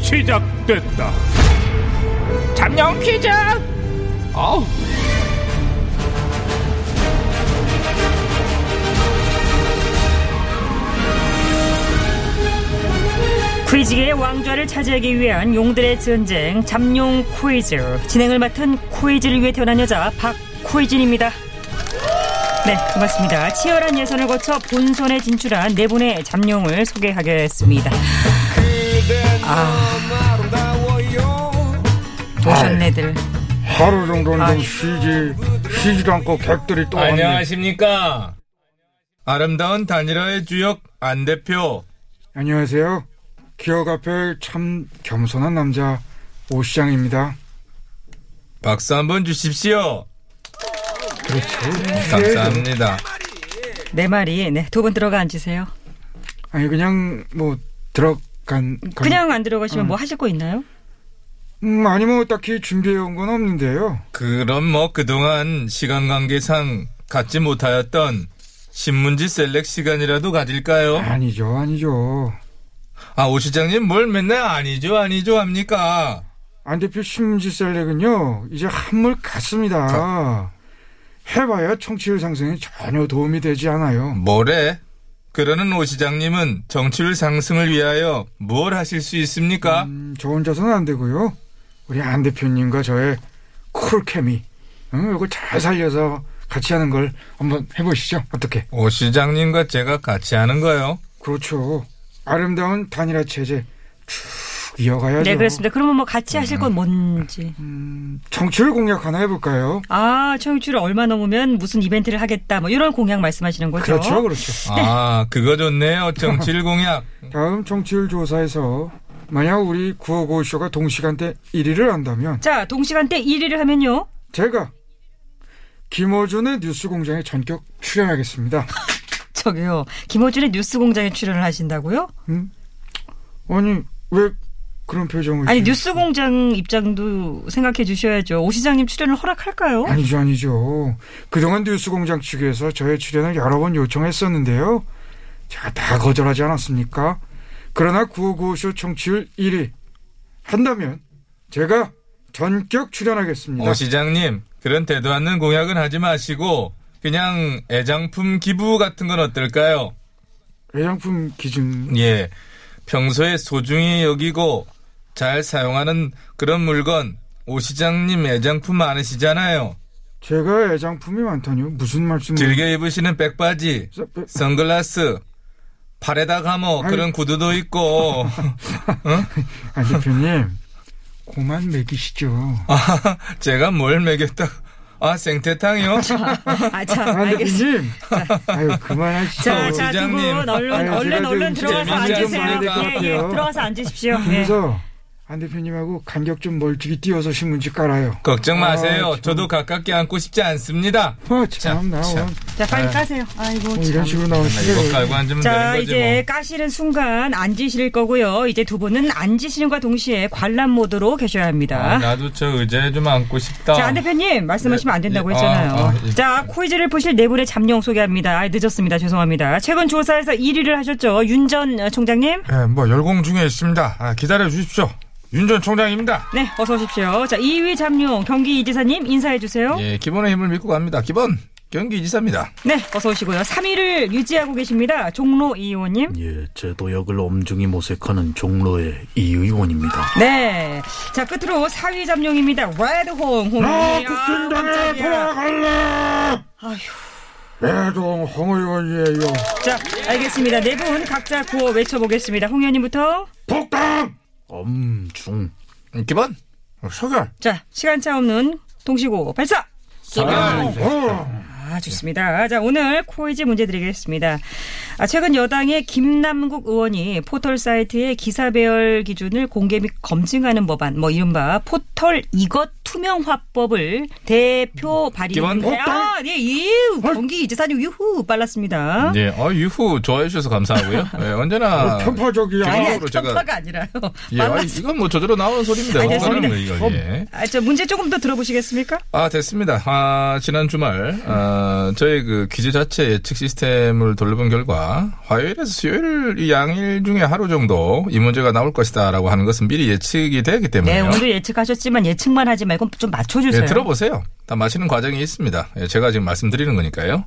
시작됐다. 잠룡 퀴즈. 아우. 퀴즈계의 왕좌를 차지하기 위한 용들의 전쟁 잠룡 코이즈 진행을 맡은 코이즈를 위해 태어난 여자 박코이진입니다. 네, 고맙습니다. 치열한 예선을 거쳐 본선에 진출한 네 분의 잠룡을 소개하겠습니다. 아. 오셨네들. 하루 정도는 좀 쉬지 쉬지도 않고 객들이 또 왔네. 안녕하십니까. 아름다운 단일화의 주역 안 대표. 안녕하세요. 기업 앞에 참 겸손한 남자 오 시장입니다. 박수 한번 주십시오. 그렇죠. 감사합니다. 네 마리, 네, 두 분 들어가 앉으세요. 아니 그냥 뭐 들어간 건- 그냥 안 들어가시면 뭐 하실 거 있나요? 음, 아니 뭐 딱히 준비해 온 건 없는데요. 그럼 뭐 그동안 시간 관계상 갖지 못하였던 신문지 셀렉 시간이라도 가질까요? 아니죠, 아니죠. 아, 오 시장님 뭘 맨날 아니죠, 아니죠 합니까? 안 대표 신문지 셀렉은요 이제 한물 갔습니다. 해봐야 청취율 상승에 전혀 도움이 되지 않아요. 뭐래? 그러는 오 시장님은 정치율 상승을 위하여 뭘 하실 수 있습니까? 음, 저 혼자서는 안 되고요. 우리 안 대표님과 저의 쿨케미, 응, 이거 잘 살려서 같이 하는 걸 한번 해보시죠. 어떻게? 오 시장님과 제가 같이 하는 거요. 그렇죠. 아름다운 단일화 체제 쭉 이어가야죠. 네, 그렇습니다. 그러면 뭐 같이 음. 하실 건 뭔지. 정치를 공략 하나 해볼까요? 아, 청취율 얼마 넘으면 무슨 이벤트를 하겠다. 뭐 이런 공약 말씀하시는 거죠? 그렇죠, 그렇죠. 아, 그거 좋네요. 정치율 공약. 다음 정치율 조사에서 만약 우리 955쇼가 동시간대 1위를 한다면 자, 동시간대 1위를 하면요. 제가 김어준의 뉴스공장에 전격 출연하겠습니다. 저기요. 김호준의 뉴스 공장에 출연을 하신다고요? 아니 왜 그런 표정을? 아니, 지금- 뉴스 공장 입장도 생각해 주셔야죠. 오 시장님 출연을 허락할까요? 아니죠, 아니죠. 그동안 뉴스공장 측에서 저의 출연을 여러 번 요청했었는데요. 제가 다 거절하지 않았습니까? 그러나 995쇼 청취율 1위 한다면 제가 전격 음. 출연하겠습니다. 오 시장님, 그런 대도 않는 공약은 하지 마시고 그냥 애장품 기부 같은 건 어떨까요? 외양품 기준 예. 평소에 소중히 여기고 잘 사용하는 그런 물건 오 시장님 애장품 많으시잖아요. 음. 제가 애장품이 많다니요. 무슨 말씀을? 즐겨 입으시는 백바지, 선글라스, 팔에다 감어 그런 구두도 있고 아 대표님, 고만 먹이시죠. 아, 제가 뭘 먹였다. 아 생태탕이요? 아, 자, 아 알겠습니다. 대표님, 아유 그만하시죠. 자, 오 자, 두 시장님. 분 얼른 아유, 얼른 제가 얼른 좀 들어가서 재밌는 앉으세요. 질문을 드릴 것 예, 예, 같아요. 음. 들어가서 앉으십시오. 네. 그래서 안 대표님하고 간격 좀 멀찍이 띄어서 신문지 깔아요. 걱정 마세요. 어, 아, 참. 저도 가깝게 안고 싶지 않습니다. 아, 참, 나, 참. 오늘 자, 빨리 까세요. 아이고, 뭐 이런 참. 식으로 나오는 이거 깔고 네. 앉으면 되는 자, 거지 뭐. 이제 까시는 순간 앉으실 거고요. 이제 두 분은 앉으시는과 동시에 관람 모드로 계셔야 아, 합니다. 나도 저 의자에 좀 앉고 싶다. 자, 안 대표님, 말씀하시면 안 된다고 예, 했잖아요. 아, 아, 예. 자, 코이즈를 보실 네 분의 잠룡 소개합니다. 아, 늦었습니다. 죄송합니다. 최근 조사에서 1위를 하셨죠. 윤 전 총장님. 예, 뭐 열공 중에 있습니다. 아, 기다려 주십시오. 윤 전 총장입니다. 네, 어서 오십시오. 자, 2위 잠룡 경기 이지사님 인사해 주세요. 예, 기본의 힘을 믿고 갑니다. 기본 경기지사입니다. 네, 어서 오시고요. 3위를 유지하고 계십니다. 종로 이 의원님. 예, 제도역을 엄중히 모색하는 종로의 이 의원입니다. 네. 자, 끝으로 4위 잠룡입니다. 레드홍 홍. 나 아, 국진당에 깜짝이야. 돌아갈래. 아휴. 애동 홍 의원이에요. 자, 알겠습니다. 네 분 각자 구호 외쳐보겠습니다. 홍 의원님부터. 복당. 엄중. 기본 어, 서결. 자, 시간차 없는 동시고 발사! 어. 아, 아, 좋습니다. 자, 오늘 코이즈 문제 드리겠습니다. 아, 최근 여당의 김남국 의원이 포털 사이트의 기사 배열 기준을 공개 및 검증하는 법안, 뭐 이른바 포털 이것 투명화법을 대표 발의했는데, 아, 예, 예, 경기 이재사님 유후 빨랐습니다. 예, 어, 유후 좋아해 주셔서 감사하고요. 예, 어, 뭐 언제나. 뭐 편파적이야. 아니, 아니, 마지막으로 제가- 편파가 아니라요. 예, 빨랐- 아, 이건 뭐 저절로 나오는 소리입니다. 알겠습니다. 어떡하라는 거예요, 이거, 예. 아, 저 문제 조금 더 들어보시겠습니까? 아, 됐습니다. 아, 지난 주말, 아, 저희 그 기재 자체 예측 시스템을 돌려본 결과, 화요일에서 수요일 이 양일 중에 하루 정도 이 문제가 나올 것이다라고 하는 것은 미리 예측이 되기 네, 때문에요. 오늘 예측하셨지만 예측만 하지 말고 좀 맞춰주세요. 예, 들어보세요. 다 마치는 과정이 있습니다. 예, 제가 지금 말씀드리는 거니까요.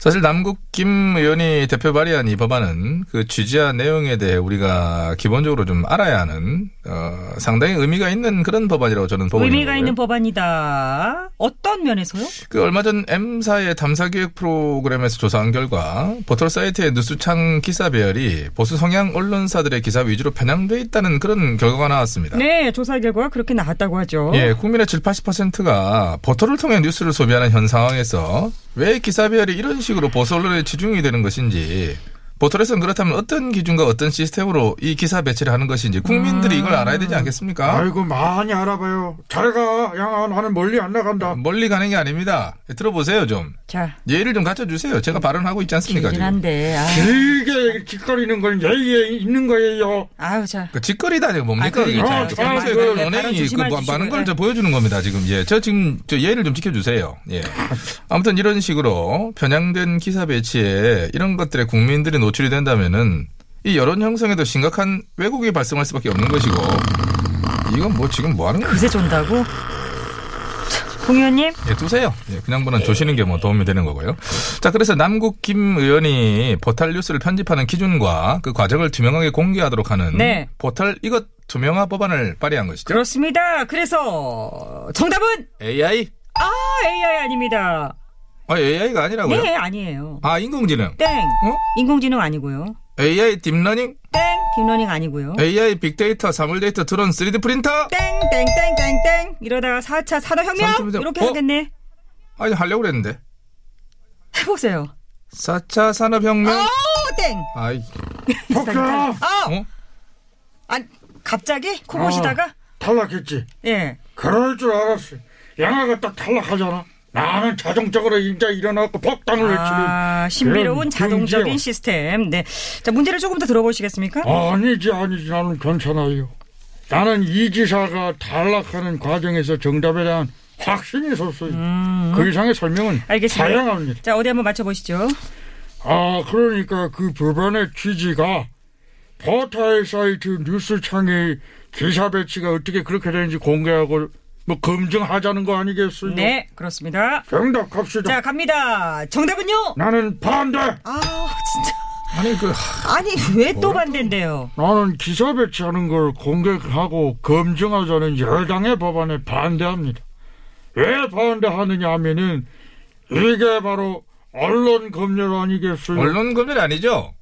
사실 남국 김 의원이 대표 발의한 이 법안은 그 취지와 내용에 대해 우리가 기본적으로 좀 알아야 하는 어, 상당히 의미가 있는 그런 법안이라고 저는 보고 의미가 있는 있는 거고요. 법안이다. 어떤 면에서요? 그 얼마 전 M사의 탐사기획 프로그램에서 조사한 결과 포털 사이트의 뉴스창 기사 배열이 보수 성향 언론사들의 기사 위주로 편향돼 있다는 그런 결과가 나왔습니다. 네, 조사 결과가 그렇게 나왔다고 어? 하죠. 예, 국민의 7, 80%가 포털을 통해 뉴스를 소비하는 현 상황에서 왜 기사 배열이 이런 식으로 보수 언론에 치중이 되는 것인지 포털에서는 그렇다면 어떤 기준과 어떤 시스템으로 이 기사 배치를 하는 것인지 국민들이 이걸 알아야 되지 않겠습니까? 음. 아이고 많이 알아봐요. 잘 가. 양아 나는 멀리 안 나간다. 멀리 가는 게 아닙니다. 예, 들어보세요 좀. 자, 예의를 좀 갖춰주세요. 제가 발언하고 있지 않습니까? 길긴 지금. 한데. 아, 길게 기거리는 건 예의에 있는 거예요. 아유, 자. 그 직거리다니가 뭡니까? 아, 그러니까. 이게 아, 지금 아, 평소에 그 그런 발언 언행이 그 조심할 뭐- 많은 주시고요. 걸 저 보여주는 겁니다. 지금 예, 저 지금 저 예를 좀 지켜주세요. 예, 아무튼 이런 식으로 편향된 기사 배치에 이런 것들에 국민들이 노출이 된다면은 이 여론 형성에도 심각한 왜곡이 발생할 수밖에 없는 것이고 이건 뭐 지금 뭐 하는 거예요? 그새 존다고? 자, 홍 의원님? 예, 두세요. 예, 그냥 보는 조시는 게 뭐 도움이 되는 거고요. 자, 그래서 남국 김 의원이 포털 뉴스를 편집하는 기준과 그 과정을 투명하게 공개하도록 하는 네. 포털 이것 투명화 법안을 발의한 것이죠. 그렇습니다. 그래서 정답은 AI? 아, AI 아닙니다. 아, AI가 아니라고요? 네, 아니에요. 아, 인공지능. 땡. 어? 인공지능 아니고요. AI 딥러닝? 땡. 딥러닝 아니고요. AI 빅데이터, 사물데이터, 드론, 3D 프린터? 땡, 땡, 땡, 땡, 땡. 이러다가 4차 산업혁명? 삼성전자- 이렇게 어? 하겠네. 아니, 하려고 그랬는데. 해보세요. 4차 산업혁명? 오, 땡. 아이, 포카 아, 어? 아 갑자기 코고시다가 어. 탈락했지. 예. 그럴 줄 알았어. 양아가 딱 탈락하잖아. 나는 자동적으로 인자 일어나고 복당을 외치고. 아, 신비로운 그런 자동적인 경제와- 어. 시스템. 네. 자, 문제를 조금 더 들어보시겠습니까? 아니지 아니지 나는 괜찮아요. 나는 이 지사가 탈락하는 과정에서 정답에 대한 확신이 있었어요. 그 이상의 설명은 음. 알겠습니다. 다양합니다. 자, 어디 한번 맞춰보시죠. 아 그러니까 그 법안의 취지가 포털 사이트 뉴스창의 기사 배치가 어떻게 그렇게 되는지 공개하고 뭐 검증하자는 거 아니겠어요? 네, 그렇습니다. 정답 갑시다. 자, 갑니다. 정답은요? 나는 반대. 아, 진짜. 아니, 그, 아니, 왜 또 반대인데요? 나는 기사 배치하는 걸 공개하고 검증하자는 여당의 법안에 반대합니다. 왜 반대하느냐 하면은 이게 바로 언론 검열 아니겠어요? 언론 검열 아니죠?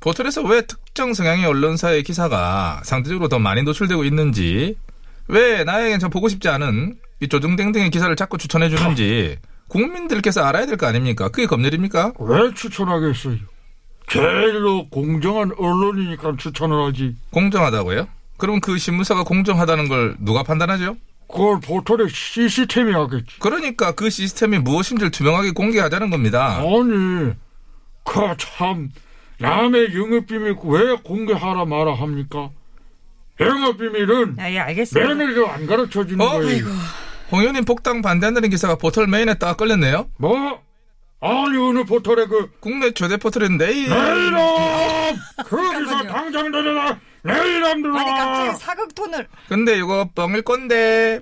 포털에서 왜 특정 성향의 언론사의 기사가 상대적으로 더 많이 노출되고 있는지, 왜 나에겐 참 보고 싶지 않은 이 조중댕댕의 기사를 자꾸 추천해주는지, 국민들께서 알아야 될 거 아닙니까? 그게 검열입니까? 왜 추천하겠어요? 제일로 공정한 언론이니까 추천을 하지. 공정하다고요? 그럼 그 신문사가 공정하다는 걸 누가 판단하죠? 그걸 포털의 시스템이 하겠지. 그러니까 그 시스템이 무엇인지를 투명하게 공개하자는 겁니다. 아니, 그 참 남의 영업비밀 왜 공개하라 마라 합니까? 영업비밀은 아, 예, 알겠습니다. 매니저 안 가르쳐주는 어? 거예요. 아이고. 홍 의원님 폭당 반대한다는 기사가 포털 메인에 딱 걸렸네요. 뭐? 아니 오늘 포털에 그 국내 최대 포털인 네이 내일함 거기서 당장 내려라 내일함 아니, 들어라 갑자기 사극톤을. 근데 이거 뻥일 건데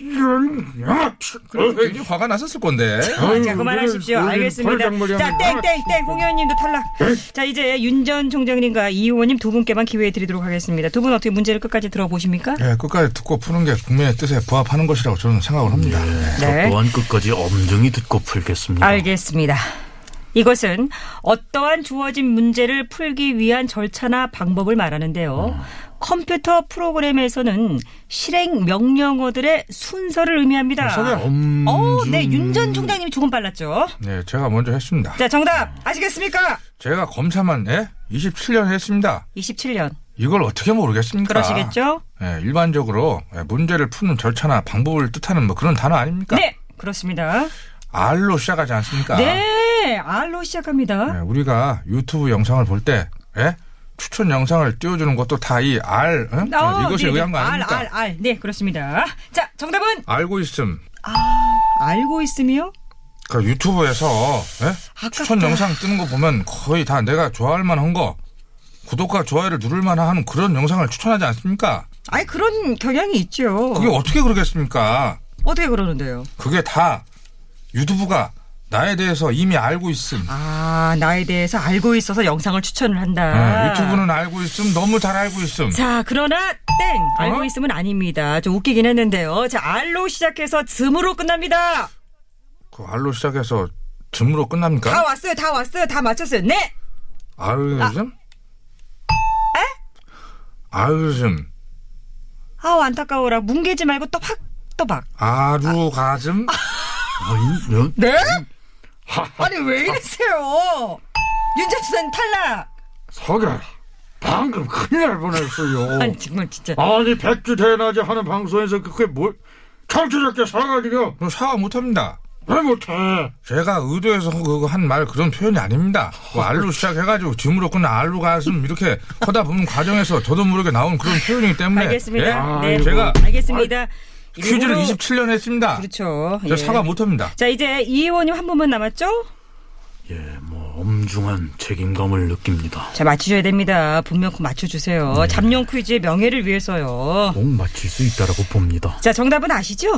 이런 야, 치, 어이, 굉장히 화가 나셨을 건데 아, 자, 아유, 그만하십시오. 오늘 알겠습니다. 벌장머리 네? 자, 하면 땡땡땡 홍 의원님도 탈락. 자, 이제 윤 전 총장님과 이 의원님 두 분께만 기회 드리도록 하겠습니다. 두 분 어떻게 문제를 끝까지 들어보십니까? 예, 끝까지 듣고 푸는 게 국민의 뜻에 부합하는 것이라고 저는 생각을 합니다. 예. 예. 네. 저 또한 끝까지 엄정히 듣고 풀겠습니다. 알겠습니다. 이것은 어떠한 주어진 문제를 풀기 위한 절차나 방법을 말하는데요. 컴퓨터 프로그램에서는 실행 명령어들의 순서를 의미합니다. 어, 아, 네, 윤 전 총장님이 조금 빨랐죠. 네, 제가 먼저 했습니다. 자, 정답 아시겠습니까? 제가 검사만 예? 27년 했습니다. 27년 이걸 어떻게 모르겠습니까? 그러시겠죠? 예, 일반적으로 예, 문제를 푸는 절차나 방법을 뜻하는 뭐 그런 단어 아닙니까? 네, 그렇습니다. R로 시작하지 않습니까? 네, R로 시작합니다. 예, 우리가 유튜브 영상을 볼 때 예? 추천 영상을 띄워주는 것도 다 이 R 응? 어, 예, 네, 이것에 네. 의한 거 아닙니까? R, R, R. 네, 그렇습니다. 자, 정답은 알고 있음. 알고 있음이요? 그러니까 유튜브에서 예? 추천 영상 뜨는 거 보면 거의 다 내가 좋아할 만한 거 구독과 좋아요를 누를 만한 하는 그런 영상을 추천하지 않습니까? 아니, 그런 경향이 있죠. 그게 어떻게 그러겠습니까? 어떻게 그러는데요? 그게 다 유튜브가 나에 대해서 이미 알고 있음. 아, 나에 대해서 알고 있어서 영상을 추천을 한다. 예, 유튜브는 알고 있음. 너무 잘 알고 있음. 자, 그러나 땡! 어? 알고 있으면 아닙니다. 좀 웃기긴 했는데요. 자, R로 시작해서 즈음으로 끝납니다. 그 알로 시작해서 즈음으로 다 끝납니까? 왔어요, 다 왔어요, 다 맞췄어요. 네! 알즘? 알즘. 아우, 안타까워라. 뭉개지 말고 또박, 또박. 아루가즘? 아니, 연- 네? 아니, 왜 이러세요? 윤정수는 탈락! 서결 방금 큰일 날 뻔했어요. 아니, 정말 진짜. 아니 백주 대낮에 하는 방송에서 그게 뭘 청취자께 사과드려 그럼 사과 못합니다. 왜 못해? 제가 의도해서 그거 한 말 그런 표현이 아닙니다. 뭐 알로 시작해가지고 즈음으로 끝나 알루가즘 이렇게 하다 보면 과정에서 저도 모르게 나온 그런 표현이기 때문에 알겠습니다. 예? 네. 제가 알겠습니다. 퀴즈를 이거로- 27년 했습니다. 그렇죠. 저 예. 사과 못합니다. 자, 이제 이 의원님 한 분만 남았죠? 예, 뭐 엄중한 책임감을 느낍니다. 자, 맞추셔야 됩니다. 분명 그 맞춰주세요. 네. 잠룡 퀴즈의 명예를 위해서요. 꼭 맞힐 수 있다라고 봅니다. 자, 정답은 아시죠?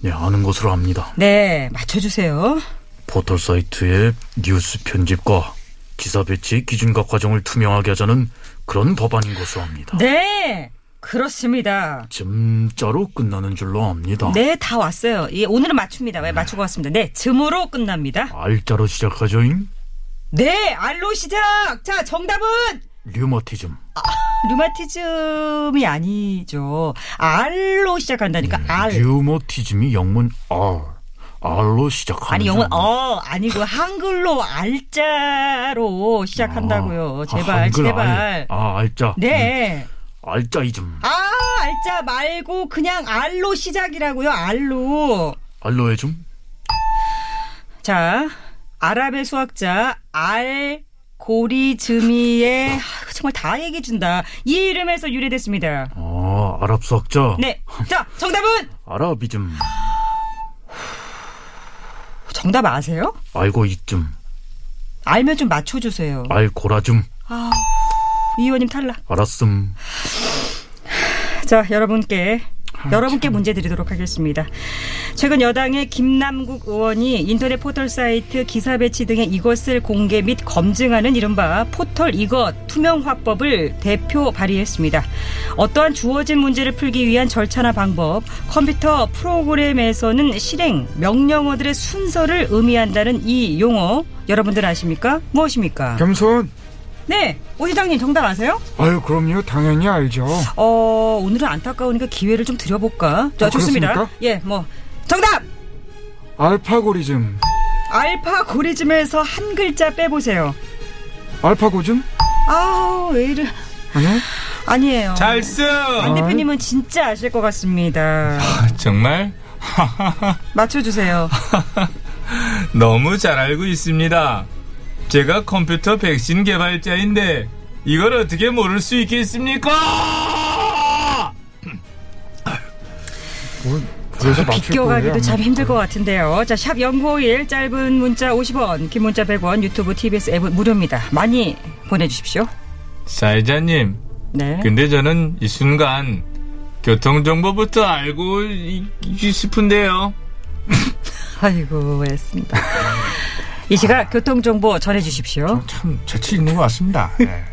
네, 아는 것으로 압니다. 네, 맞춰주세요. 포털 사이트의 뉴스 편집과 기사 배치 기준과 과정을 투명하게 하자는 그런 법안인 것으로 압니다. 네, 그렇습니다. 점자로 끝나는 줄로 압니다. 네, 다 왔어요. 예, 오늘은 맞춥니다. 왜 맞추고 왔습니다. 네, 즈음으로 끝납니다. 알자로 시작하죠잉. 네, 알로 시작. 자, 정답은 류머티즘. 류마티즘이 아니죠. 알로 시작한다니까. 알. 네, 류머티즘이 영문 R. R로 시작하는. 아니 영어 단어. 어 아니고 한글로 알자로 시작한다고요. 아, 제발 한글 제발. 알. 아, 알자. 네. 음, 알자이즘. 아 알자 말고 그냥 알로 시작이라고요. 알로. 알로에즘. 자 아랍의 수학자 알 고리즈미의 아, 정말 다 얘기해 준다. 이 이름에서 유래됐습니다. 아, 아랍 수학자. 네. 자 정답은 아랍이즘. 정답 아세요? 알고 있즘. 알면 좀 맞춰주세요. 알고라즘. 이 의원님 탈락. 알았음. 자, 여러분께 여러분께 문제 드리도록 하겠습니다. 최근 여당의 김남국 의원이 인터넷 포털 사이트 기사 배치 등의 이것을 공개 및 검증하는 이른바 포털 이것 투명화법을 대표 발의했습니다. 어떠한 주어진 문제를 풀기 위한 절차나 방법, 컴퓨터 프로그램에서는 실행 명령어들의 순서를 의미한다는 이 용어 여러분들 아십니까? 무엇입니까? 겸손 네, 오 시장님 정답 아세요? 아유 그럼요 당연히 알죠 어, 오늘은 안타까우니까 기회를 좀 드려볼까? 자, 아, 좋습니다. 그렇습니까? 예, 뭐. 정답! 알파고리즘 알파고리즘에서 한 글자 빼보세요. 알파고즘 아우, 왜 이래. 아니요 아니에요. 잘쓰 어. 안 대표님은 진짜 아실 것 같습니다. 아. 정말 맞춰주세요. 너무 잘 알고 있습니다. 제가 컴퓨터 백신 개발자인데 이걸 어떻게 모를 수 있겠습니까? 뭐, 그래서 맞출 아, 비껴가기도 거예요, 참 아마. 힘들 것 같은데요. 자, 샵 연구일 짧은 문자 50원, 긴 문자 100원, 유튜브 TBS 앱은 무료입니다. 많이 보내주십시오. 사회자님, 네. 근데 저는 이 순간 교통정보부터 알고 이- 이- 싶은데요. 아이고, 했습니다. 이 시각 교통정보 전해주십시오. 참 재치 있는 것 같습니다. 예.